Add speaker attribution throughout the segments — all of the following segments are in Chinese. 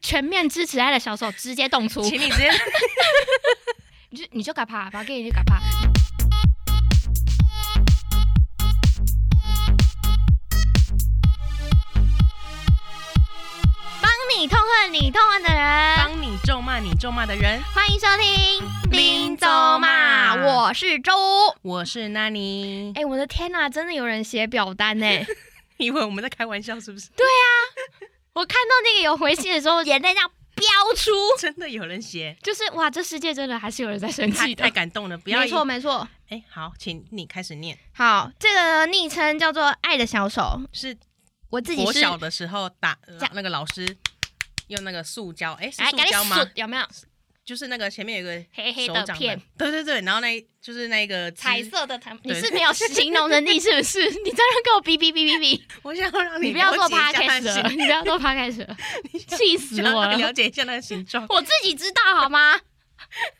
Speaker 1: 全面支持他的小手直接动粗，
Speaker 2: 请你 直接
Speaker 1: 你就你就嘎啪，把给你就嘎啪。帮你痛恨你痛恨的人，
Speaker 2: 帮你咒骂你咒骂的人。
Speaker 1: 欢迎收听《
Speaker 2: 林
Speaker 1: 州
Speaker 2: 州骂
Speaker 1: 我是周。
Speaker 2: 我是纳尼，
Speaker 1: 哎、我的天呐、真的有人写表单呢、
Speaker 2: 以为我们在开玩笑是不是？
Speaker 1: 我看到那个有回信的时候，眼泪这样飙出，
Speaker 2: 真的有人写，
Speaker 1: 就是哇，这世界真的还是有人在生
Speaker 2: 太
Speaker 1: 气
Speaker 2: 太
Speaker 1: 的。
Speaker 2: 感动了，不要
Speaker 1: 没
Speaker 2: 以
Speaker 1: 错，。没错。
Speaker 2: 哎，好，请你开始念。
Speaker 1: 好，这个昵称叫做“爱的小手
Speaker 2: 是”，
Speaker 1: 我自己
Speaker 2: 我
Speaker 1: 是
Speaker 2: 小的时候打呃
Speaker 1: 这样
Speaker 2: 那个老师用那个塑胶，哎，是
Speaker 1: 哎，
Speaker 2: 塑
Speaker 1: 赶紧
Speaker 2: 胶吗？
Speaker 1: 吮有没有
Speaker 2: 就是那个前面有个
Speaker 1: 黑黑
Speaker 2: 手
Speaker 1: 的
Speaker 2: 掌
Speaker 1: 片，，
Speaker 2: 对对对，然后那就是那个汁
Speaker 1: 彩，色的彩？你
Speaker 2: 对
Speaker 1: 是没有形容能力是不 是？你在那给我哔哔哔哔哔，
Speaker 2: 我想要让
Speaker 1: 你
Speaker 2: 你
Speaker 1: 不要做
Speaker 2: 了解一下它
Speaker 1: podcast
Speaker 2: 的
Speaker 1: 了，
Speaker 2: 形，
Speaker 1: 你不要做 podcast 了，气死
Speaker 2: 想要
Speaker 1: 我
Speaker 2: 让你
Speaker 1: 了
Speaker 2: 了！解一下那个形状，
Speaker 1: 我自己知道好吗？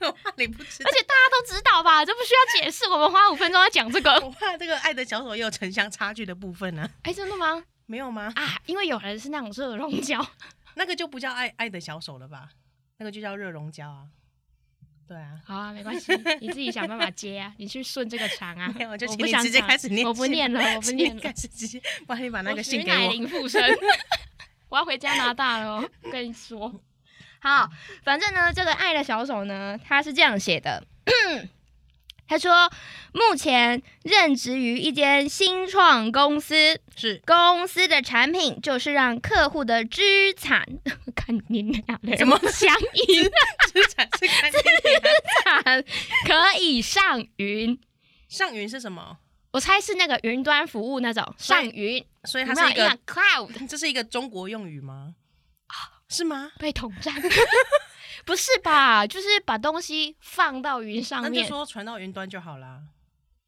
Speaker 1: 而
Speaker 2: 我怕你不知道。
Speaker 1: 且大家都知道吧，这不需要解释。我们花五分钟要讲这个。
Speaker 2: 我怕这个爱的小手也有城乡差距的部分呢、啊，
Speaker 1: 哎，真的吗？
Speaker 2: 没有吗？
Speaker 1: 啊，因为有人是那种热熔胶，
Speaker 2: 那个就不叫爱爱的小手了吧？那个就叫热熔胶啊。对啊，
Speaker 1: 好啊，没关系，你自己想办法接啊，你去顺这个肠 啊。
Speaker 2: 没有，就
Speaker 1: 我
Speaker 2: 请
Speaker 1: 不
Speaker 2: 你
Speaker 1: 想
Speaker 2: 直接
Speaker 1: 讲
Speaker 2: 开始念，
Speaker 1: 我不，念了，我不
Speaker 2: 请
Speaker 1: 念
Speaker 2: 你
Speaker 1: 了
Speaker 2: 开。始直接，不然你把那
Speaker 1: 我
Speaker 2: 个
Speaker 1: 徐
Speaker 2: 信给
Speaker 1: 乃
Speaker 2: 我。
Speaker 1: 麟附身，我要回加拿大了哦，跟你说。好，反正呢，这个爱的小手呢，他是这样写的。 他说，目前任职于一间新创公司，
Speaker 2: 是
Speaker 1: 公司的产品就是让客户的资产， 看你俩嘞
Speaker 2: 怎么
Speaker 1: 相依
Speaker 2: 资产 是啊看
Speaker 1: 产
Speaker 2: 你的
Speaker 1: 可以上云。
Speaker 2: 上云是什么？
Speaker 1: 我猜是那个云端服务那种
Speaker 2: 所以
Speaker 1: 上云，
Speaker 2: 所以
Speaker 1: 有
Speaker 2: 它
Speaker 1: 没
Speaker 2: 是
Speaker 1: 有印
Speaker 2: 一
Speaker 1: 象
Speaker 2: 个，
Speaker 1: cloud？
Speaker 2: 这是一个中国用语吗？啊是吗？
Speaker 1: 被统 战？ 不是吧？就是把东西放到云上
Speaker 2: 那就
Speaker 1: 面，
Speaker 2: 说传到云端就好啦。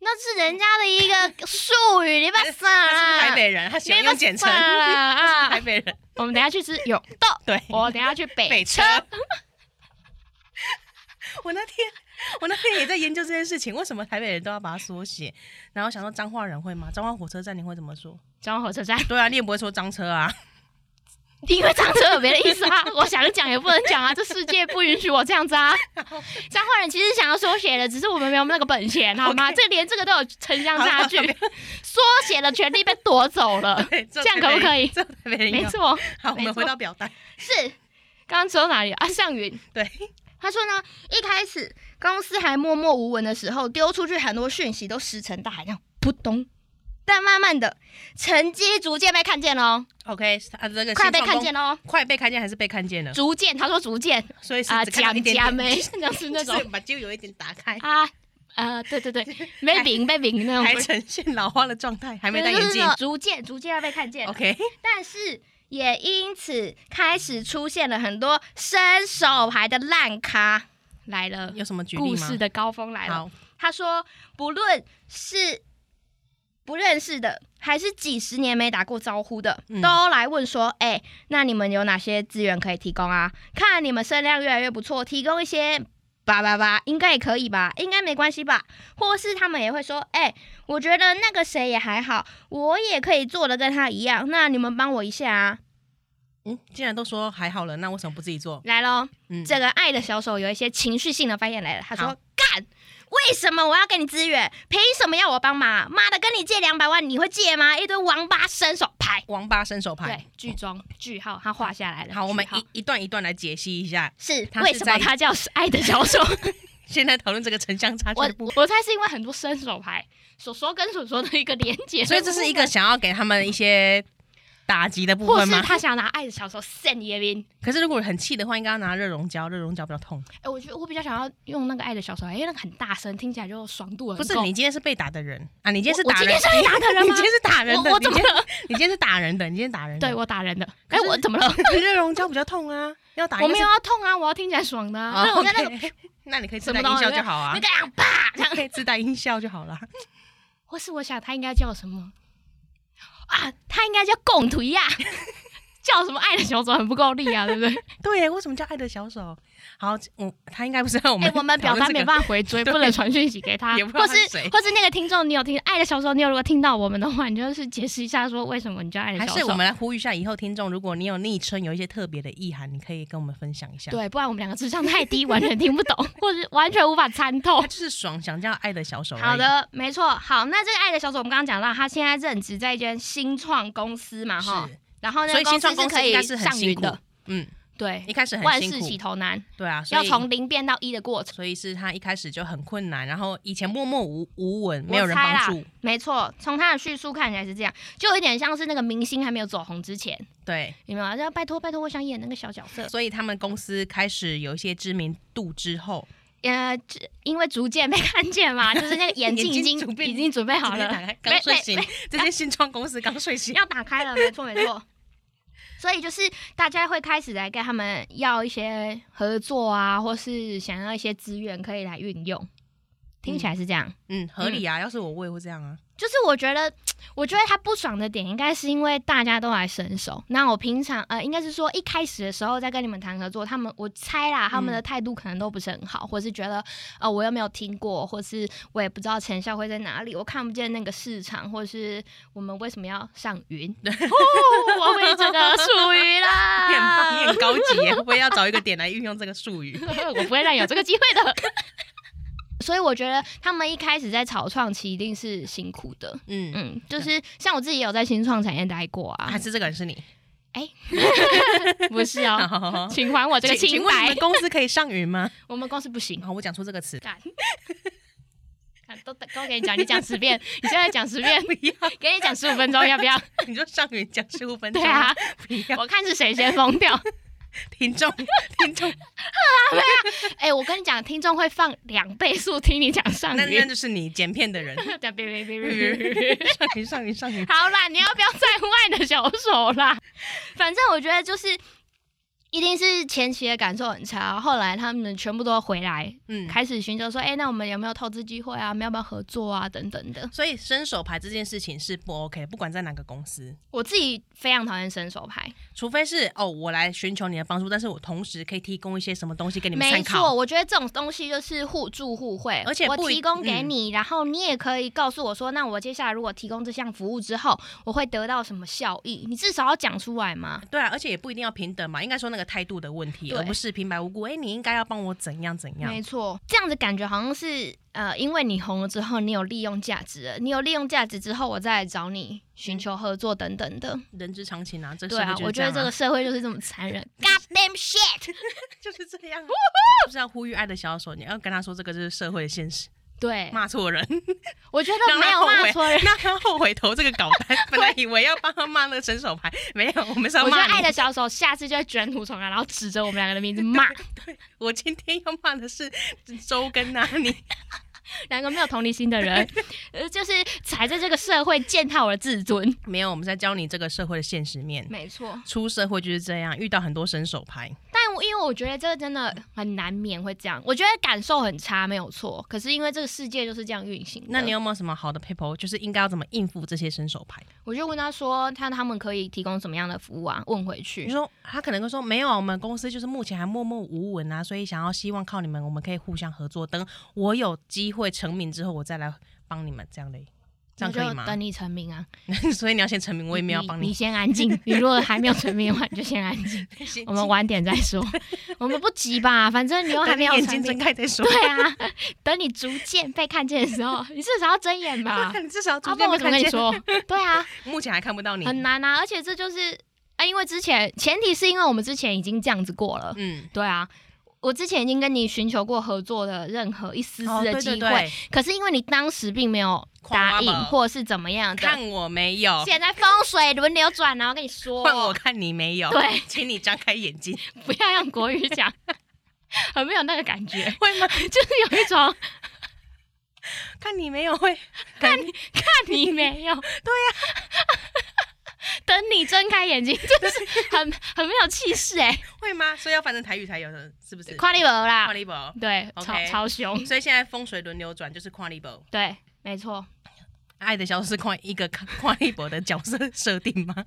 Speaker 1: 那是人家的一个术语，你 把
Speaker 2: 那
Speaker 1: 傻啦！
Speaker 2: 是台北人，他喜欢
Speaker 1: 你把
Speaker 2: 用简称
Speaker 1: 傻。啦
Speaker 2: 台
Speaker 1: 啊！哦
Speaker 2: 北人，
Speaker 1: 我们等一下去吃永 豆，
Speaker 2: 对，
Speaker 1: 我等一下去
Speaker 2: 北
Speaker 1: 北
Speaker 2: 车。 我那天，我那天也在研究这件事情，为什么台北人都要把它缩写？然后想说彰化人会吗？彰化火车站你会怎么说？
Speaker 1: 中央火车站，
Speaker 2: 对啊，你也不会说彰车啊。
Speaker 1: 因为长车有别的意思啊， 我想讲也不能讲啊，这世界不允许我这样子啊。彰化人其实想要缩写的，只是我们没有那个本钱，好 吗？这连这个都有城乡差距
Speaker 2: 好好不，
Speaker 1: 缩写的权利被夺走 了，
Speaker 2: 对，这
Speaker 1: 这样可不可以
Speaker 2: 这台北人
Speaker 1: 没
Speaker 2: 有。
Speaker 1: 错。
Speaker 2: 好，我
Speaker 1: 没
Speaker 2: 们
Speaker 1: 错
Speaker 2: 回到表单。
Speaker 1: 是，刚刚说到哪里啊？上云。
Speaker 2: 对，
Speaker 1: 他说呢，一开始公司还默默无闻的时候，丢出去很多讯息都石沉大海，这样扑咚。但慢慢的，成绩逐渐被看见喽，
Speaker 2: OK，啊，这个
Speaker 1: 快
Speaker 2: 新
Speaker 1: 被
Speaker 2: 创
Speaker 1: 看
Speaker 2: 公
Speaker 1: 见，喽，
Speaker 2: 快被看见还是被看见了？
Speaker 1: 逐渐，他说逐渐
Speaker 2: 所以是
Speaker 1: 啊，
Speaker 2: 只看到
Speaker 1: 讲
Speaker 2: 一点
Speaker 1: 加
Speaker 2: 点
Speaker 1: 没， 那是那
Speaker 2: 就是
Speaker 1: 种
Speaker 2: 把就有一点打开，
Speaker 1: 啊，呃，对对 对，没饼没饼那
Speaker 2: 还
Speaker 1: 种，
Speaker 2: 呈现老花的状态，还
Speaker 1: 还
Speaker 2: 没戴眼镜。
Speaker 1: 逐渐逐渐要被看见了
Speaker 2: OK，
Speaker 1: 但是也因此开始出现了很多伸手牌的烂咖来了，
Speaker 2: 有什么举例
Speaker 1: 故
Speaker 2: 吗
Speaker 1: 事？的高峰来了。
Speaker 2: 好，
Speaker 1: 他说，不论是不认识的，还是几十年没打过招呼的，
Speaker 2: 嗯
Speaker 1: 都来问说：“哎、那你们有哪些资源可以提供啊？看你们声量越来越不错，提供一些吧吧吧，应该也可以吧，应该没关系吧？”或是他们也会说：“哎、我觉得那个谁也还好，我也可以做的跟他一样，那你们帮我一下啊。
Speaker 2: 嗯，既然都说还好了，那为什么不自己做”？
Speaker 1: 来喽，
Speaker 2: 嗯，
Speaker 1: 这个爱的小手有一些情绪性的发言来了，他说
Speaker 2: 好：“
Speaker 1: 干，为什么我要给你资源？凭什么要我帮忙？妈的，跟你借两百万，你会借吗？一堆王八伸手牌。
Speaker 2: 王八伸手”牌
Speaker 1: 对。，句中句号，他画下来了。
Speaker 2: 好，我们
Speaker 1: 句号
Speaker 2: 一一段一段来解析一下。
Speaker 1: 是
Speaker 2: 他是
Speaker 1: 为什么
Speaker 2: 在
Speaker 1: 他叫爱的小 手？
Speaker 2: 现在讨论这个城乡差距
Speaker 1: 我
Speaker 2: 的部
Speaker 1: 我猜是因为很多伸手牌，手手跟手手的一个连接，
Speaker 2: 分，所以这是一个想要给他们一些打击的部
Speaker 1: 或
Speaker 2: 分
Speaker 1: 是
Speaker 2: 吗？
Speaker 1: 他想拿爱的小手 send 叶斌。
Speaker 2: 可是如果很气的话，应该要拿热熔胶，热熔胶比较痛。
Speaker 1: 哎，我觉得我比较想要用那个爱的小手牌，因为那个很大声，听起来就爽度很
Speaker 2: 不是
Speaker 1: 够
Speaker 2: 你今天是被打的人啊，你今天是
Speaker 1: 我我
Speaker 2: 打人，
Speaker 1: 今天是被打的人
Speaker 2: 你
Speaker 1: 吗
Speaker 2: 今天是打人的，
Speaker 1: 我我
Speaker 2: 你
Speaker 1: 怎
Speaker 2: 今
Speaker 1: 么
Speaker 2: 天
Speaker 1: 了？
Speaker 2: 你今天是打人的，你今天打人的。
Speaker 1: 对我打人的。
Speaker 2: 可
Speaker 1: 哎，
Speaker 2: 是
Speaker 1: 我怎么了？
Speaker 2: 热熔胶比较痛啊，要打
Speaker 1: 我
Speaker 2: 应该
Speaker 1: 没
Speaker 2: 是
Speaker 1: 有要痛啊，我要听起来爽的啊。
Speaker 2: 啊
Speaker 1: 那我在那个
Speaker 2: OK 那你可以自
Speaker 1: 什
Speaker 2: 带
Speaker 1: 么
Speaker 2: 音效
Speaker 1: 东西
Speaker 2: 就好啊
Speaker 1: 就，这样啪这样。
Speaker 2: 可以自带音效就好了。
Speaker 1: 或是我想他应该叫什么啊？他应该叫贡图亚，叫什么爱的小手很不够力啊，对不对？
Speaker 2: 对耶，为什么叫爱的小手？好，我他应该不知道我
Speaker 1: 哎、
Speaker 2: 们、
Speaker 1: 我们表单没
Speaker 2: 法，
Speaker 1: 办法回追，
Speaker 2: 对
Speaker 1: 不能传讯息给他，
Speaker 2: 也不知
Speaker 1: 或
Speaker 2: 道
Speaker 1: 是
Speaker 2: 他是谁
Speaker 1: 或是那个听众，你有听爱的小手，你有如果听到我们的话，你就是解释一下说为什么你叫爱的
Speaker 2: 还
Speaker 1: 小
Speaker 2: 是
Speaker 1: 手
Speaker 2: 我。们来呼吁一下以后听众，如果你有昵称有一些特别的意涵，你可以跟我们分享一下。，
Speaker 1: 对，不然我们两个智商太低，完全听不懂，或是完全无法参透
Speaker 2: 他。就是爽，想叫爱的小手。
Speaker 1: 好，的，没错。好，那这个爱的小手，我们刚刚讲到，他现在任职在一间新创公司嘛，啊哈。
Speaker 2: 是，
Speaker 1: 然后那个
Speaker 2: 所以新创
Speaker 1: 司
Speaker 2: 公
Speaker 1: 是可
Speaker 2: 司应
Speaker 1: 以
Speaker 2: 该是很
Speaker 1: 上
Speaker 2: 辛
Speaker 1: 云
Speaker 2: 苦
Speaker 1: 的，。
Speaker 2: 嗯，
Speaker 1: 对
Speaker 2: 一，开始
Speaker 1: 万
Speaker 2: 很
Speaker 1: 事起
Speaker 2: 辛苦，
Speaker 1: 头难，
Speaker 2: 对啊，所
Speaker 1: 要
Speaker 2: 以
Speaker 1: 从零变到一的过程。
Speaker 2: 所以是他一开始就很困难，然后以前默默无无闻，
Speaker 1: 我
Speaker 2: 没有人
Speaker 1: 猜啦
Speaker 2: 帮助。
Speaker 1: 没错，从他的叙述看起来是这样，就有一点像是那个明星还没有走红之前，
Speaker 2: 对，
Speaker 1: 有没有？要拜托拜托，我想演那个小角色。
Speaker 2: 所以他们公司开始有一些知名度之后，
Speaker 1: 呃，这因为逐渐被看见嘛，就是那个眼镜已
Speaker 2: 眼
Speaker 1: 经
Speaker 2: 睛准备
Speaker 1: 已经准备 好
Speaker 2: 直接
Speaker 1: 了
Speaker 2: 打开，
Speaker 1: 没
Speaker 2: 刚睡
Speaker 1: 没
Speaker 2: 醒，这些新创公司刚睡醒，
Speaker 1: 要打开了，没错没错。所以就是大家会开始来跟他们要一些合作啊，或是想要一些资源可以来运用，听起来是这样。
Speaker 2: 嗯，合理啊。要是我，我也会这样啊。
Speaker 1: 就是我觉得，我觉得他不爽的点应该是因为大家都来伸手。那我平常呃，应该是说一开始的时候在跟你们谈合作，他们我猜啦，他们的态度可能都不是很好，或是觉得呃我又没有听过，或是我也不知道成效会在哪里，我看不见那个市场，或是我们为什么要上 云？哦，我被这个术语 啦，
Speaker 2: 面棒面高级 耶，会不会要找一个点来运用这个术语？
Speaker 1: 我不会让你有这个机会的。所以我觉得他们一开始在草创期一定是辛苦的，
Speaker 2: 嗯，
Speaker 1: 嗯，就是像我自己也有在新创产业待过啊
Speaker 2: 还，是这个人是你？
Speaker 1: 不是 哦，
Speaker 2: 好
Speaker 1: 请还我这个
Speaker 2: 请请
Speaker 1: 清
Speaker 2: 问你
Speaker 1: 白
Speaker 2: 们。公司可以上云吗？
Speaker 1: 我们公司不行，
Speaker 2: 好，我讲出这个词，
Speaker 1: 干， 干都都给你讲，你讲十遍，你现在讲十遍，
Speaker 2: 不要，
Speaker 1: 给你讲十五分钟，要不要？
Speaker 2: 你就上云讲十五分 钟，
Speaker 1: 对啊，，
Speaker 2: 不要，
Speaker 1: 我看是谁先疯 掉。
Speaker 2: 听众听众，
Speaker 1: 哎、我跟你讲，听众会放两倍速听你讲上
Speaker 2: 那那
Speaker 1: 云。
Speaker 2: 就是你剪片 的人。
Speaker 1: 别别别 别别别
Speaker 2: 上云上云上云，
Speaker 1: 好啦，你要不要再乎爱的小手啦？ 反正我觉得就是，一定是前期的感受很差，后来他们全部都回来，
Speaker 2: 嗯，
Speaker 1: 开始寻求说，哎、那我们有没有投资机会啊？我们要不要合作啊？等等的。
Speaker 2: 所以伸手牌这件事情是不 OK，不管在哪个公司，
Speaker 1: 我自己非常讨厌伸手牌，
Speaker 2: 除非是哦，我来寻求你的帮助，但是我同时可以提供一些什么东西给你们
Speaker 1: 没
Speaker 2: 参
Speaker 1: 错，
Speaker 2: 考。
Speaker 1: 我觉得这种东西就是互助互惠，
Speaker 2: 而且
Speaker 1: 我
Speaker 2: 不一嗯
Speaker 1: 提供给你，然后你也可以告诉我说，那我接下来如果提供这项服务之后，我会得到什么效益？你至少要讲出来嘛。
Speaker 2: 对啊，而且也不一定要平等嘛，应该说那个态度的问题，
Speaker 1: 对
Speaker 2: 而不是平白无故，哎、你应该要帮我怎样怎样
Speaker 1: 没。错，这样子感觉好像是呃，因为你红了之后，你有利用价值了，你有利用价值之后，我再来找你寻求合作等等的。
Speaker 2: 人之常情啊，这个
Speaker 1: 对
Speaker 2: 嗯社会
Speaker 1: 啊，
Speaker 2: 就是
Speaker 1: 我觉得
Speaker 2: 这
Speaker 1: 这
Speaker 2: 样
Speaker 1: 个
Speaker 2: 啊
Speaker 1: 社会就是这么残 忍。God damn shit！
Speaker 2: 就是这 样啊，就是要呼吁爱的小手，你要跟他说这个就是社会的现实，
Speaker 1: 对，
Speaker 2: 骂错人，
Speaker 1: 我觉得
Speaker 2: 让
Speaker 1: 没
Speaker 2: 他
Speaker 1: 有
Speaker 2: 后
Speaker 1: 骂
Speaker 2: 悔，
Speaker 1: 错人。
Speaker 2: 让他后悔投这个稿单。本来以为要帮他骂那个伸手牌，没有，我们是要
Speaker 1: 我觉得
Speaker 2: 骂
Speaker 1: 爱
Speaker 2: 你。
Speaker 1: 的小手下次就会卷土重来，然后指着我们两个的名字 骂，
Speaker 2: 我今天要骂的是周跟啊，你
Speaker 1: 两个没有同理心的 人，呃，就是踩在这个社会践踏我的自尊。
Speaker 2: 没有，我们在教你这个社会的现实面。
Speaker 1: 没错，
Speaker 2: 出社会就是这样，遇到很多伸手牌，
Speaker 1: 但我因为我觉得这个真的很难免会这样，我觉得感受很差没有错，可是因为这个世界就是这样运行的。
Speaker 2: 那你有没有什么好的 paper？就是应该要怎么应付这些伸手牌？
Speaker 1: 我就问他说，他他们可以提供什么样的服务啊？问回
Speaker 2: 比如
Speaker 1: 去。
Speaker 2: 说，他可能会说没有啊，我们公司就是目前还默默无闻啊，所以想要希望靠你们，我们可以互相合作。等我有机会成名之后，我再来帮你们，这样的，这
Speaker 1: 我
Speaker 2: 样可以
Speaker 1: 就
Speaker 2: 吗？
Speaker 1: 等你成名啊！
Speaker 2: 所以你要先成名，我也没有要帮
Speaker 1: 你。
Speaker 2: 你。
Speaker 1: 先安静。你如果还没有成名的话，你就先安 静。
Speaker 2: 先
Speaker 1: 我们晚点再 说，我们不急吧？反正你又还
Speaker 2: 等
Speaker 1: 没
Speaker 2: 你
Speaker 1: 有
Speaker 2: 眼
Speaker 1: 成
Speaker 2: 睛睁
Speaker 1: 名。
Speaker 2: 开再 说。。
Speaker 1: 对啊，等你逐渐被看见的时候，你至少要睁眼吧
Speaker 2: 你至少
Speaker 1: 要
Speaker 2: 逐
Speaker 1: 不然
Speaker 2: 渐
Speaker 1: 我
Speaker 2: 被
Speaker 1: 怎么
Speaker 2: 看
Speaker 1: 跟你
Speaker 2: 见。
Speaker 1: 说？对啊，
Speaker 2: 目前还看不到你。
Speaker 1: 很难啊。而且这就是啊，因为之前前提是因为我们之前已经这样子过了。
Speaker 2: 嗯，
Speaker 1: 对啊，我之前已经跟你寻求过合作的任何一丝
Speaker 2: 哦
Speaker 1: 丝的
Speaker 2: 对
Speaker 1: 机
Speaker 2: 对
Speaker 1: 会，
Speaker 2: 对，
Speaker 1: 可是因为你当时并没有答应
Speaker 2: 狂挖宝
Speaker 1: 或是怎么样的，
Speaker 2: 看我没有，
Speaker 1: 现在风水轮流转啊，我跟你说，
Speaker 2: 换我 看你没有。
Speaker 1: 对，
Speaker 2: 请你张开眼睛，
Speaker 1: 不要用国语讲，很没有那个感觉，
Speaker 2: 会吗？
Speaker 1: 就是有一种
Speaker 2: 看你没有会，看你
Speaker 1: 看你没 有，对呀、 等你睁开眼睛，就是很很没有气势哎，
Speaker 2: 会吗？所以要翻成台语才有的，是不是？
Speaker 1: 夸你了啦
Speaker 2: 跨，立宝，
Speaker 1: 对，超
Speaker 2: OK
Speaker 1: 超凶，
Speaker 2: 所以现在风水轮流转就是跨立宝。
Speaker 1: 对，没错，
Speaker 2: 爱的消失快一个 快一博的角色设定吗？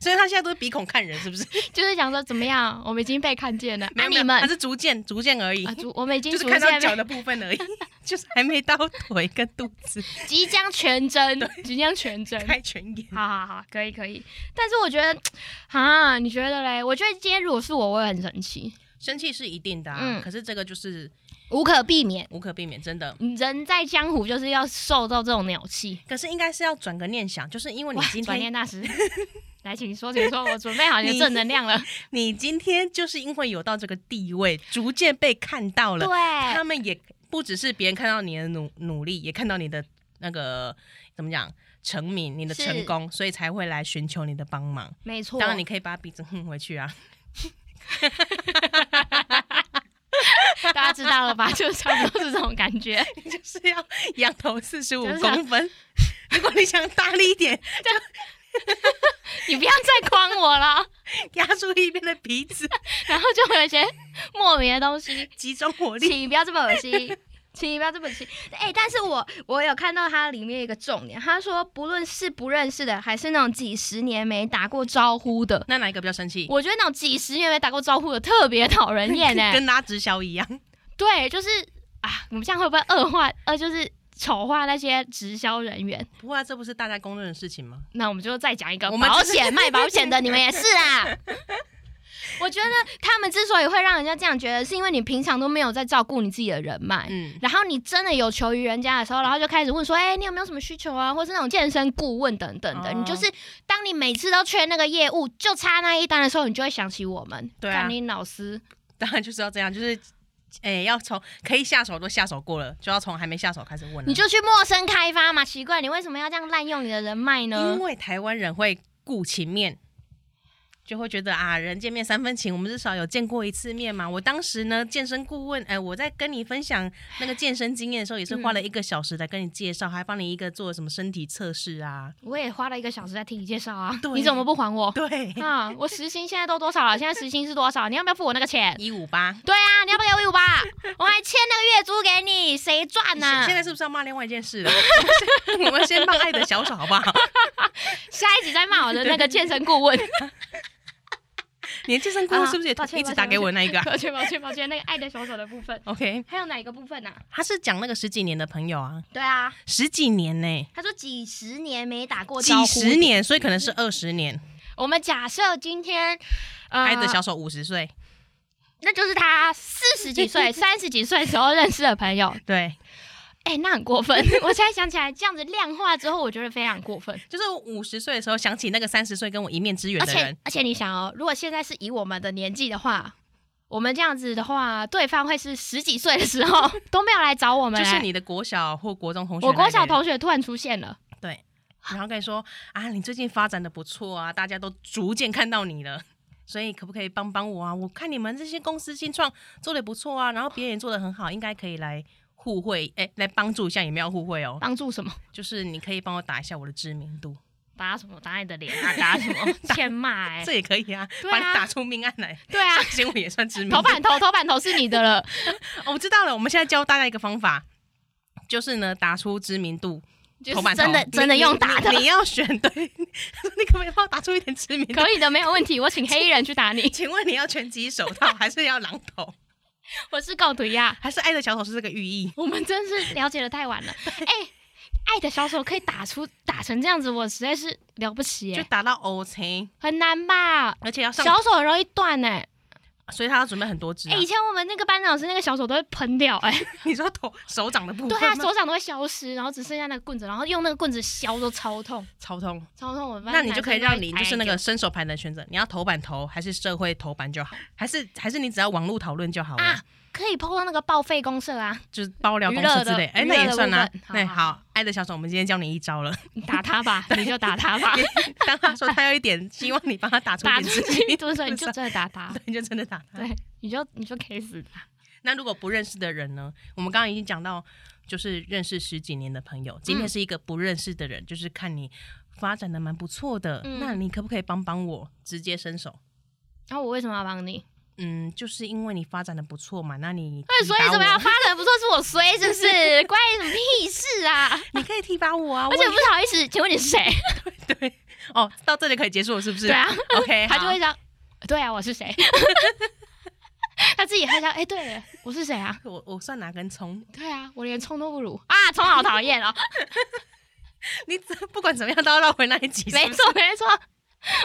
Speaker 2: 所以他现在都是鼻孔看人，是 不是？
Speaker 1: 就是想说怎么样，我们已经被看见了，
Speaker 2: 没
Speaker 1: 那、
Speaker 2: 有没
Speaker 1: 啊
Speaker 2: 有
Speaker 1: 你们
Speaker 2: 他是逐渐逐渐而已，
Speaker 1: 啊，主我们已经
Speaker 2: 就是
Speaker 1: 逐
Speaker 2: 看到
Speaker 1: 渐
Speaker 2: 脚
Speaker 1: 被
Speaker 2: 的部分而已， 就是还没到腿跟肚 子，
Speaker 1: 即将全真，即将全真。
Speaker 2: 开全眼。
Speaker 1: 好好好，可以可以。但是我觉得，啊，你觉得嘞？我觉得今天如果是我，我会很生气，
Speaker 2: 生气是一定的、啊，
Speaker 1: 嗯
Speaker 2: 可是这个就是
Speaker 1: 无可避免。
Speaker 2: 无可避免，真的。
Speaker 1: 人在江湖就是要受到这种鸟气。
Speaker 2: 可是应该是要转个念想，就是因为你
Speaker 1: 哇
Speaker 2: 今，
Speaker 1: 转
Speaker 2: 天
Speaker 1: 念大师， 来，请说，请说，我准备好你的
Speaker 2: 你
Speaker 1: 正能量了。
Speaker 2: 你今天就是因为有到这个地位，逐渐被看到 了，
Speaker 1: 对，
Speaker 2: 他们也不只是别人看到你的努努力，也看到你的那个怎么讲成名，你的
Speaker 3: 是
Speaker 2: 成功，所以才会来寻求你的帮忙。
Speaker 1: 没错。
Speaker 2: 当然，你可以把鼻子哼回去 啊。
Speaker 1: 大家知道了吧？ 就差不多是这种感觉。
Speaker 2: 就是要仰头四十五
Speaker 1: 就是啊
Speaker 2: 公分。如果你想 大力一点，
Speaker 1: 你不要再诓我了，
Speaker 2: 压住一边的鼻子，
Speaker 1: 然后就会有一些莫名的东西。
Speaker 2: 集中火 力。
Speaker 3: 请不要这么恶 心，请不要这么恶心。哎、但是我我有看到它里面一个重点，他说不论是不认识的，还是那种几十年没打过招呼的，
Speaker 2: 那哪一个比较生气？
Speaker 1: 我觉得那种几十年没打过招呼的特别讨人厌哎、
Speaker 2: 跟拉直销一样，
Speaker 1: 对，就是啊，我们这样会不会恶化？呃，就是丑化那些直销人员？
Speaker 2: 不过、啊、这不是大家公认的事情吗？
Speaker 1: 那我们就再讲一个
Speaker 2: 我们
Speaker 1: 保
Speaker 2: 就是
Speaker 1: 险卖保险的，你们也是 啊。我觉得他们之所以会让人家这样觉得，是因为你平常都没有在照顾你自己的人脉。
Speaker 2: 嗯，
Speaker 1: 然后你真的有求于人家的时候，然后就开始问说，哎、你有没有什么需求啊，或是那种健身顾问等等的。
Speaker 2: 哦
Speaker 1: 你就是当你每次都缺那个业务，就差那一单的时候，你就会想起我们。
Speaker 2: 对啊
Speaker 1: 干你老师，
Speaker 2: 当然就是要这样，就是，哎、要从可以下手都下手过了，就要从还没下手开始问、啊。
Speaker 1: 你就去陌生开发嘛。奇怪，你为什么要这样滥用你的人脉呢
Speaker 2: 因？为台湾人会顾情面，就会觉得啊，人见面三分情，我们至少有见过一次面嘛。我当时呢，健身顾问，哎、我在跟你分享那个健身经验的时候，也是花了一个小时来跟你介绍，还帮你一个做什么身体测试啊。
Speaker 1: 我也花了一个小时在听你介绍啊
Speaker 2: 对，
Speaker 1: 你怎么不还我？
Speaker 2: 对，
Speaker 1: 啊，我时薪现在都多少 了？现在时薪是多少？你要不要付我那个钱？
Speaker 2: 一五八。
Speaker 1: 对啊，你要不要给我一五八？我还欠那个月租给你，谁赚呢、啊
Speaker 2: 现在是不是要骂另外一件事了？ 我们先我们先骂爱的小手好不 好？
Speaker 1: 下一集再骂我的那个健身顾 问。
Speaker 2: 你的健身顾问是不是也
Speaker 1: 啊抱歉
Speaker 2: 一直打给我那一个啊
Speaker 1: 抱歉，抱歉，抱歉，那个爱的小手的部分，
Speaker 2: ？OK，
Speaker 3: 还有哪一个部分呢、啊？
Speaker 2: 他是讲那个十几年的朋友啊，
Speaker 3: 对啊，
Speaker 2: 十几年呢、
Speaker 3: 他说几十年没打过招
Speaker 2: 几
Speaker 3: 呼，
Speaker 2: 十年，所以可能
Speaker 1: 嗯
Speaker 2: 是二十年。
Speaker 1: 我们假设今天，呃，
Speaker 2: 爱的小手五十岁，
Speaker 1: 那就是他四十几 岁、三十几岁时候认识的朋友。
Speaker 2: 对，
Speaker 1: 哎、那很过分。我现在想起来，这样子量化之后，我觉得非常过 分。
Speaker 2: 就是五十岁的时候想起那个三十岁跟我一面之缘
Speaker 1: 而
Speaker 2: 的
Speaker 1: 且
Speaker 2: 人，
Speaker 1: 而且，你想哦，如果现在是以我们的年纪的话，我们这样子的话，对方会是十几岁的时候都没有来找我们、
Speaker 2: 就是
Speaker 1: 哎
Speaker 2: 你的国小或国中同学，
Speaker 1: 我国小，同学突然出现了，
Speaker 2: 对，然后跟你说啊，你最近发展的不错啊，大家都逐渐看到你了。所以可不可以帮帮我啊？我看你们这些公司新创做的不错啊，然后别人也做的很好，应该可以来互惠，哎、来帮助一下，也没有互惠哦，
Speaker 1: 帮助什么？
Speaker 2: 就是你可以帮我打一下我的知名度，
Speaker 1: 打什么？打你的脸啊？打什么？ 欠骂 哎、
Speaker 2: 这也可以啊，
Speaker 1: 对啊
Speaker 2: 把你打出命案 来，
Speaker 1: 对啊
Speaker 2: 上，新闻也算知名度。
Speaker 1: 头版头头版头是你的了。
Speaker 2: 哦，我知道了，我们现在教大家一个方法，就是呢，打出知名度。
Speaker 1: 就是
Speaker 2: 头版头
Speaker 1: 真的
Speaker 2: 你
Speaker 1: 真的用打的
Speaker 2: 你你你要选对， 你可不可以帮我打出一点知名度？
Speaker 1: 可以的，没有问题。我请黑衣人去打 你，
Speaker 2: 请问你要拳击手套，还是要榔头，
Speaker 1: 我是狗腿呀。
Speaker 2: 还是爱的小手是这个寓意？
Speaker 1: 我们真是 了解的太晚了。哎、爱的小手可以打出打成这样子，我实在是了不起
Speaker 2: 就
Speaker 1: 耶，
Speaker 2: 打到 OK，
Speaker 1: 很难吧？
Speaker 2: 而且要上，
Speaker 1: 小手很容易断哎、
Speaker 2: 所以他要准备很多只、
Speaker 1: 哎、
Speaker 2: 啊
Speaker 1: 以。前我们那个班长老师那个小手都会喷掉哎、
Speaker 2: 你说头手掌的部
Speaker 1: 对啊，
Speaker 2: 分吗？
Speaker 1: 手掌都会消失，然后只剩下那个棍子，然后用那个棍子削都超痛，
Speaker 2: 超痛。
Speaker 1: 超痛。我们班
Speaker 2: 那你就可以让你
Speaker 1: 男生
Speaker 2: 就是
Speaker 1: 都
Speaker 2: 那
Speaker 1: 会挨
Speaker 2: 个伸手牌的选择，你要头版头还是社会头版就好，还是还是你只要网络讨论就好了。
Speaker 1: 啊可以碰到那个报废公社啊，
Speaker 2: 就是爆料公司之
Speaker 1: 娱乐
Speaker 2: 类，
Speaker 1: 的
Speaker 2: 哎、那也算啦、
Speaker 1: 娱乐的部分
Speaker 2: 对，
Speaker 1: 好好
Speaker 2: 好，爱的小手，我们今天教你一招 了。
Speaker 1: 你打他吧，你就打他吧，
Speaker 2: 当他说他有一点希望你帮他打出
Speaker 1: 打
Speaker 2: 一点
Speaker 1: 出
Speaker 2: 字，啊
Speaker 1: 去多少你 就真的打他，
Speaker 2: 对，你就真的打 他。
Speaker 1: 对，你就你就 K 死他。
Speaker 2: 那如果不认识的人呢？我们刚刚已经讲到，就是认识十几年的朋友，今天是一个不认识的人，就是看你发展的蛮不错的，
Speaker 1: 嗯
Speaker 2: 那你可不可以帮帮我？直接伸手。
Speaker 1: 然后我为什么要帮你？
Speaker 2: 嗯，就是因为你发展的不错嘛，那你
Speaker 1: 那所以
Speaker 2: 提拔
Speaker 1: 怎么样？
Speaker 2: 我？
Speaker 1: 发展不错是我衰是不是？ 关你什么屁事啊！
Speaker 2: 你可以提拔我 啊！
Speaker 1: 而且不好意思，请问你是谁？
Speaker 2: 我对哦，到这里可以结束了，是不是？
Speaker 1: 对啊，
Speaker 2: ，OK，
Speaker 1: 他就
Speaker 2: 好
Speaker 1: 会想，对啊，我是 谁？他自己还想，哎、对了，我是谁啊？
Speaker 2: 我我算哪根葱？
Speaker 1: 对啊，我连葱都不如啊，葱好讨 厌哦。
Speaker 2: 你怎不管怎么样都要绕回那一集，
Speaker 1: 没
Speaker 2: 是不 是
Speaker 1: 错，没错，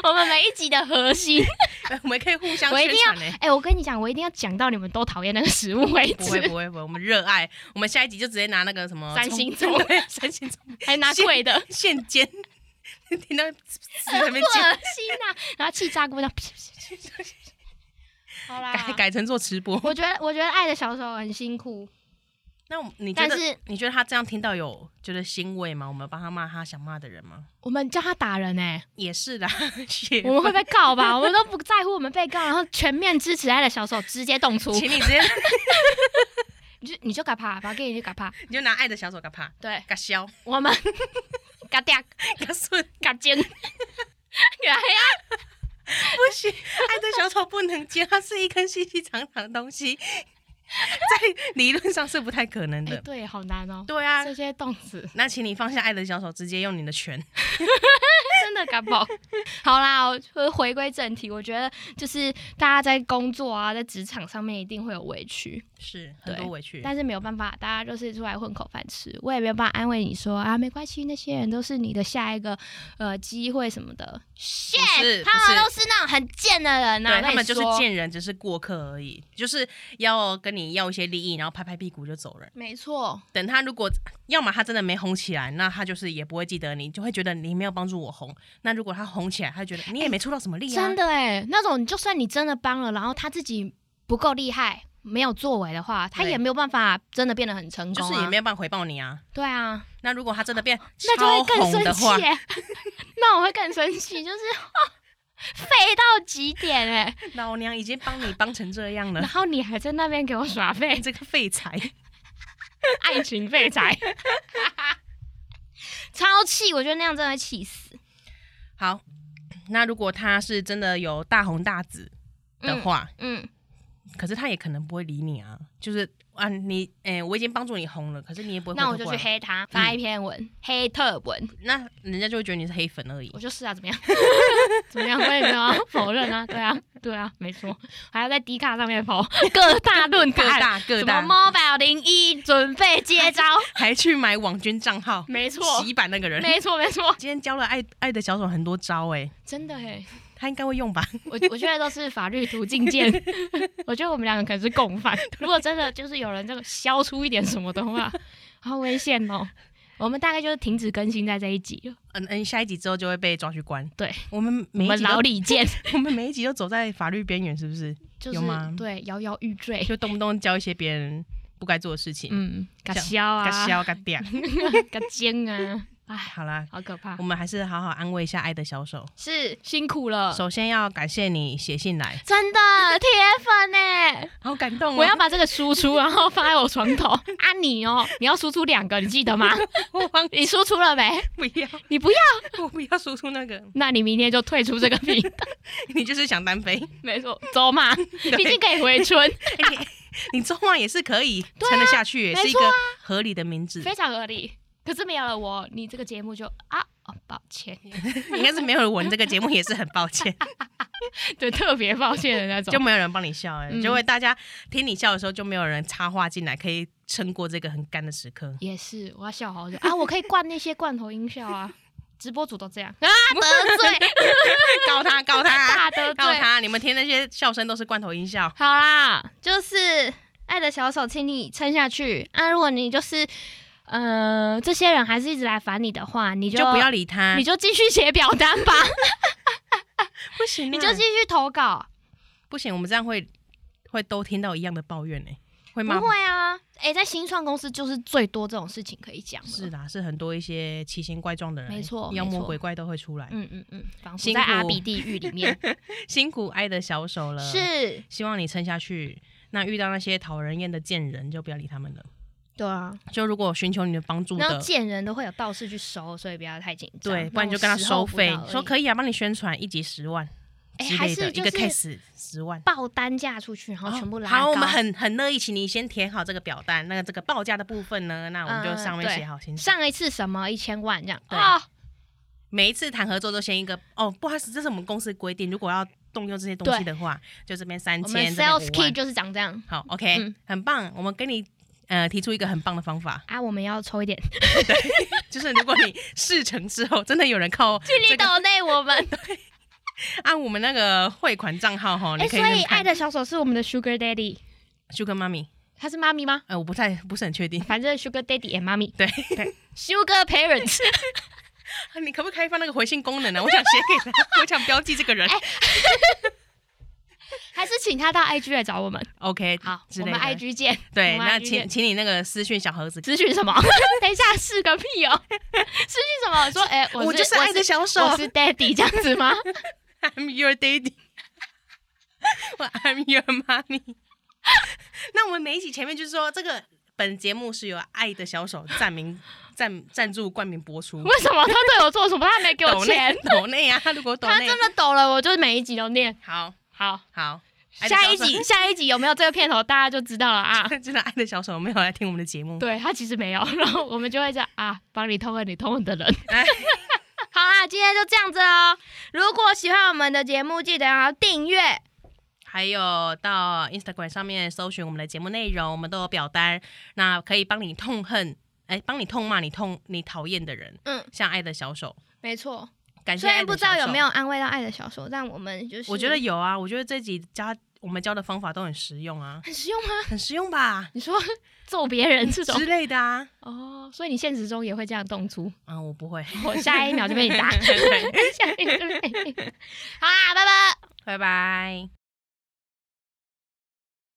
Speaker 1: 我们每一集的核心，
Speaker 2: 我们可以互相
Speaker 1: 我一
Speaker 2: 宣
Speaker 1: 定要
Speaker 2: 传 呢、，欸
Speaker 1: 哎、我跟你讲，我一定要讲到你们都讨厌那个食物为
Speaker 2: 不会
Speaker 1: 止，
Speaker 2: 不会不会，我们热爱，我们下一集就直接拿那个什么
Speaker 1: 三
Speaker 2: 葱
Speaker 1: 星葱
Speaker 2: 对，三星葱
Speaker 1: 还拿贵的， 恶
Speaker 2: 现煎， 听到吃 那
Speaker 1: 心
Speaker 2: 边煎，
Speaker 1: 啊！然后气炸锅这样， 好
Speaker 2: 改
Speaker 1: 啦。
Speaker 2: 改成做吃播。
Speaker 1: 我觉得，我觉得爱的小手很辛苦，
Speaker 2: 那我们你觉
Speaker 1: 但
Speaker 2: 得
Speaker 1: 是
Speaker 2: 你觉得他这样听到有觉得欣慰吗？我们帮他骂他想骂的人吗？
Speaker 1: 我们叫他打人哎、
Speaker 2: 也是啦， 也
Speaker 1: 我们会被告吧？我 们都不在乎我们被告，然后全面支持爱的小手直接动粗，
Speaker 2: 请你直接
Speaker 1: 你就你就嘎啪，把给你就嘎啪。
Speaker 2: 你就拿爱的小手给他啪，
Speaker 1: 对
Speaker 2: 给削，
Speaker 1: 我们 嘎掉
Speaker 2: 给顺，
Speaker 1: 嘎尖， 来呀、
Speaker 2: 不行， 爱的小手不能接，它是一根细细长长的东西， 在理论上是不太可能
Speaker 1: 哎
Speaker 2: 的。
Speaker 1: 对，好难哦。
Speaker 2: 对啊，
Speaker 1: 这些动词
Speaker 2: 那请你放下爱的小手，直接用你的拳。
Speaker 1: 真的感冒。好 啦，我回归正题，我觉得就是大家在工作啊，在职场上面一定会有委屈，
Speaker 2: 是很
Speaker 1: 对
Speaker 2: 多委屈，
Speaker 1: 但是没有办法，大家就是出来混口饭吃。我也没有办法安慰你说啊，没关系，那些人都是你的下一个呃机会什么的。
Speaker 2: 不是
Speaker 1: shit，
Speaker 2: 不
Speaker 1: 他们
Speaker 2: 是
Speaker 1: 都是那种很贱的人呐、我
Speaker 2: 对
Speaker 1: 跟
Speaker 2: 他
Speaker 1: 你
Speaker 2: 们就是
Speaker 1: 说
Speaker 2: 贱人，只是过客而已，就是要跟你要一些利益，然后拍拍屁股就走人。
Speaker 1: 没错，
Speaker 2: 等他如果要么他真的没红起来，那他就是也不会记得你，就会觉得你没有帮助我红。那如果他红起来，他就觉得你也没出到什么力啊。
Speaker 1: 哎真的哎，那种就算你真的帮了，然后他自己不够厉害，没有作为的话，他
Speaker 2: 对
Speaker 1: 也没有办法真的变得很成功、
Speaker 2: 就
Speaker 1: 啊，
Speaker 2: 是也没有办法回报你啊。
Speaker 1: 对啊，
Speaker 2: 那如果他真的变
Speaker 1: 那就会
Speaker 2: 超
Speaker 1: 更
Speaker 2: 红的
Speaker 1: 生
Speaker 2: 话
Speaker 1: 气，哎， 那我会更生气，就是。哦 废到极点哎、
Speaker 2: 老娘已经帮你帮成这样
Speaker 1: 然
Speaker 2: 了，
Speaker 1: 后你还在那边给我耍
Speaker 2: 你
Speaker 1: 废，
Speaker 2: 这个废材，
Speaker 1: 爱情废柴， 超气！我觉得那样真的会气死。
Speaker 2: 好，那如果他是真的有大红大紫的话，
Speaker 1: 嗯，
Speaker 2: 可是他也可能不会理你啊。就是啊，你哎、我已经帮助你红了，可是你也不会。
Speaker 1: 那我就去。黑他，嗯发一篇文，黑特文，
Speaker 2: 那人家就会觉得你是黑粉而已
Speaker 1: 我。就是啊，怎么 样？怎么样？我也没有要 否认啊，对啊，对啊，没错，还要在迪卡上面否 各大论
Speaker 2: 各
Speaker 1: 坛，
Speaker 2: 大各
Speaker 1: 什么
Speaker 2: 大，
Speaker 1: Mobile 零一准备接招，
Speaker 2: 还去买网军账号
Speaker 1: 没错，
Speaker 2: 洗版那个人。
Speaker 1: 没错，没错，
Speaker 2: 今天教了爱爱的小手很多招哎、
Speaker 1: 真的哎，
Speaker 2: 他应该会用吧？
Speaker 1: 我我觉得都是法律途径见， 我觉得我们两个可能是共犯。如果真的就是有人这个消出一点什么的话，好危险哦。我们大概就是停止更新在这一集了，
Speaker 2: 嗯嗯，下一集之后就会被抓去关。
Speaker 1: 对，
Speaker 2: 我们
Speaker 1: 我
Speaker 2: 每一
Speaker 1: 们
Speaker 2: 集
Speaker 1: 老
Speaker 2: 都
Speaker 1: 李见，
Speaker 2: 我们每一集都走在法律边缘，是 不是？
Speaker 1: 就是
Speaker 2: 有吗
Speaker 1: 对摇摇欲坠，
Speaker 2: 就动不动教一些别人不该做的事情，
Speaker 1: 嗯，嘎消啊，
Speaker 2: 嘎 削嘎掉。
Speaker 1: 个尖啊，哎，
Speaker 2: 好啦，
Speaker 1: 好可怕
Speaker 2: 我！们还是好好安慰一下爱的小手。
Speaker 1: 是辛苦了，
Speaker 2: 首先要感谢你写信来，
Speaker 1: 真的铁粉呢！
Speaker 2: 好感动哦！
Speaker 1: 我要把这个输出，然后放在我床头。啊你哦，你要输出两个，你记得吗？
Speaker 2: 我忘
Speaker 1: 你输出了没？
Speaker 2: 不要，
Speaker 1: 你不要，
Speaker 2: 我不要输出那 个，
Speaker 1: 那你明天就退出这个频道。
Speaker 2: 你就是想单飞，
Speaker 1: 没错，走 嘛，毕竟可以回春，
Speaker 2: 你中文也是可以撑得下去，
Speaker 1: 没
Speaker 2: 是一
Speaker 1: 错
Speaker 2: 个
Speaker 1: 啊
Speaker 2: 合理的名 字。
Speaker 1: 非常合理。可是没有了我，你这个节目就啊，哦，抱 歉，
Speaker 2: 应该是没有人闻这个节目，也是很抱 歉，
Speaker 1: 对，特别抱歉的那种
Speaker 2: 就。没有人帮你笑、哎、
Speaker 1: 嗯
Speaker 2: 就会大家听你笑的时候，就没有人插话进来，可以撑过这个很干的时 刻。
Speaker 1: 也是，我要笑好久啊！我可以灌那些罐头音效啊， 直播主都这样啊，得罪。
Speaker 2: 告他，告 他，
Speaker 1: 大得
Speaker 2: 告
Speaker 1: 罪。
Speaker 2: 他！你们听那些笑声都是罐头音效。
Speaker 1: 好啦，就是爱的小手，请你撑下去。啊，如果你就是，呃，这些人还是一直来烦你的话，你
Speaker 2: 你
Speaker 1: 就
Speaker 2: 就不要理他，
Speaker 1: 你就继续写表单 吧，
Speaker 2: 不行啊、
Speaker 1: 你就继续投稿。
Speaker 2: 不行，我们这样会会都听到一样的抱怨呢、哎会
Speaker 1: 不
Speaker 2: 吗？
Speaker 1: 会啊，哎、在新创公司就是最多这种事情可以讲了
Speaker 2: 是啦，是很多一些奇形怪状的人，哎
Speaker 1: 没错
Speaker 2: 妖
Speaker 1: 没
Speaker 2: 魔
Speaker 1: 错
Speaker 2: 鬼怪都会出来。
Speaker 1: 嗯嗯嗯，仿佛
Speaker 2: 辛
Speaker 1: 在阿
Speaker 2: 苦
Speaker 1: 比地狱里 面
Speaker 2: 辛苦爱的小手了，
Speaker 1: 是，
Speaker 2: 希望你撑下去。那遇到那些讨人厌的贱人，就不要理他们了。
Speaker 1: 对啊，
Speaker 2: 就如果寻求你的帮助
Speaker 1: 然后
Speaker 2: 的，
Speaker 1: 见人都会有道士去收，所以不要太紧张，
Speaker 2: 对，不然你就跟他收费，说可以啊，帮你宣传一集十万，
Speaker 1: 哎
Speaker 2: 之
Speaker 1: 还
Speaker 2: 类的，
Speaker 1: 是
Speaker 2: 一
Speaker 1: 就
Speaker 2: 个
Speaker 1: 是
Speaker 2: case 十万。
Speaker 1: 报单价出去，然后
Speaker 2: 哦
Speaker 1: 全部拉
Speaker 2: 好，我
Speaker 1: 高
Speaker 2: 们很很乐意，请你先填好这个表单。那个这个报价的部分呢，那我们就
Speaker 1: 嗯
Speaker 2: 上面
Speaker 1: 对
Speaker 2: 写好先。
Speaker 1: 上一次什么一千万这样，
Speaker 2: 对
Speaker 1: 哦
Speaker 2: 每一次谈合作都先一个哦，不好意思，这是我们公司规定，如果要动用这些东西的话，就这边三
Speaker 1: 哎我们
Speaker 2: 千，这边
Speaker 1: sales
Speaker 2: 五
Speaker 1: key
Speaker 2: 万。
Speaker 1: 就是长这样
Speaker 2: 好，OK，、
Speaker 1: 嗯
Speaker 2: 很棒，我们给你呃提出一个很棒的方法，
Speaker 1: 啊，我们要抽一点，
Speaker 2: 就是如果你事成之后，真的有人靠
Speaker 1: 去你岛内我们，
Speaker 2: 按我们那个汇款账号哈，
Speaker 1: 哎，
Speaker 2: 哦你
Speaker 1: 所
Speaker 2: 可以那边
Speaker 1: 以
Speaker 2: 看
Speaker 1: 爱的小手是我们的 Sugar Daddy，
Speaker 2: Sugar 妈咪，
Speaker 1: 他是妈咪吗？
Speaker 2: 呃，我不太不是很确定，
Speaker 1: 反正 Sugar Daddy 也妈咪
Speaker 2: 对，
Speaker 1: ，Sugar Parents，
Speaker 2: 你可不可以开放那个回信功能呢、我想写给他， 我想标记这个
Speaker 1: 哎
Speaker 2: 人、
Speaker 1: 还是请他到 IG 来找我们。
Speaker 2: o k
Speaker 1: 好，
Speaker 2: 之
Speaker 1: 我
Speaker 2: 类
Speaker 1: 们
Speaker 2: 的。
Speaker 1: IG 见。
Speaker 2: 对，
Speaker 1: 我们
Speaker 2: 那
Speaker 1: IG
Speaker 2: 请
Speaker 1: 见
Speaker 2: 请你那个私讯小盒子，
Speaker 1: 咨询什么？ 等一下是个屁哦！咨询什么？说哎、我
Speaker 2: 就是是爱的小手
Speaker 1: 我是 Daddy 这样子 吗？
Speaker 2: I'm your daddy，我 I'm your mommy。那我们每一集前面就是说，这个本节目是由爱的小手赞名赞赞助冠名播出。
Speaker 1: 为什么他对我做什么？他没给我
Speaker 2: 抖内
Speaker 1: 钱，
Speaker 2: 抖内啊！如果抖
Speaker 1: 他
Speaker 2: 内，
Speaker 1: 真的抖了，我就每一集都念。
Speaker 2: 好
Speaker 1: 好，
Speaker 2: 好，爱的
Speaker 1: 下一
Speaker 2: 小手
Speaker 1: 集下一集有没有这个片头，大家就知道了啊。
Speaker 2: 真的爱的小手没有来听我们的节目。
Speaker 1: 对他其实没有，然后我们就会这样啊，帮你痛恨你痛恨的 人。
Speaker 2: 哎，
Speaker 3: 好啦，今天就这样子哦。如果喜欢我们的节目，记得要订阅。
Speaker 2: 还有到 Instagram 上面搜寻我们的节目内容，我们都有表单，那可以帮你痛恨，哎，帮你痛骂你痛你讨厌的人，
Speaker 3: 嗯，
Speaker 2: 像爱的小手，
Speaker 3: 没错，
Speaker 2: 感谢
Speaker 3: 虽
Speaker 2: 爱的
Speaker 3: 然不知道
Speaker 2: 小
Speaker 3: 有
Speaker 2: 手
Speaker 3: 没有安慰到爱的小手，但我们就是
Speaker 2: 我觉得有啊，我觉得这集教我们教的方法都很实用啊，
Speaker 3: 很实用吗？
Speaker 2: 很实用 吧
Speaker 1: 你说揍别人这种
Speaker 2: 之类的啊。
Speaker 1: 哦，所以你现实中也会这样动粗，
Speaker 2: 嗯，我不会，
Speaker 1: 我下一秒就被你打，下一秒就被你打。好啦，拜拜。
Speaker 2: 拜拜。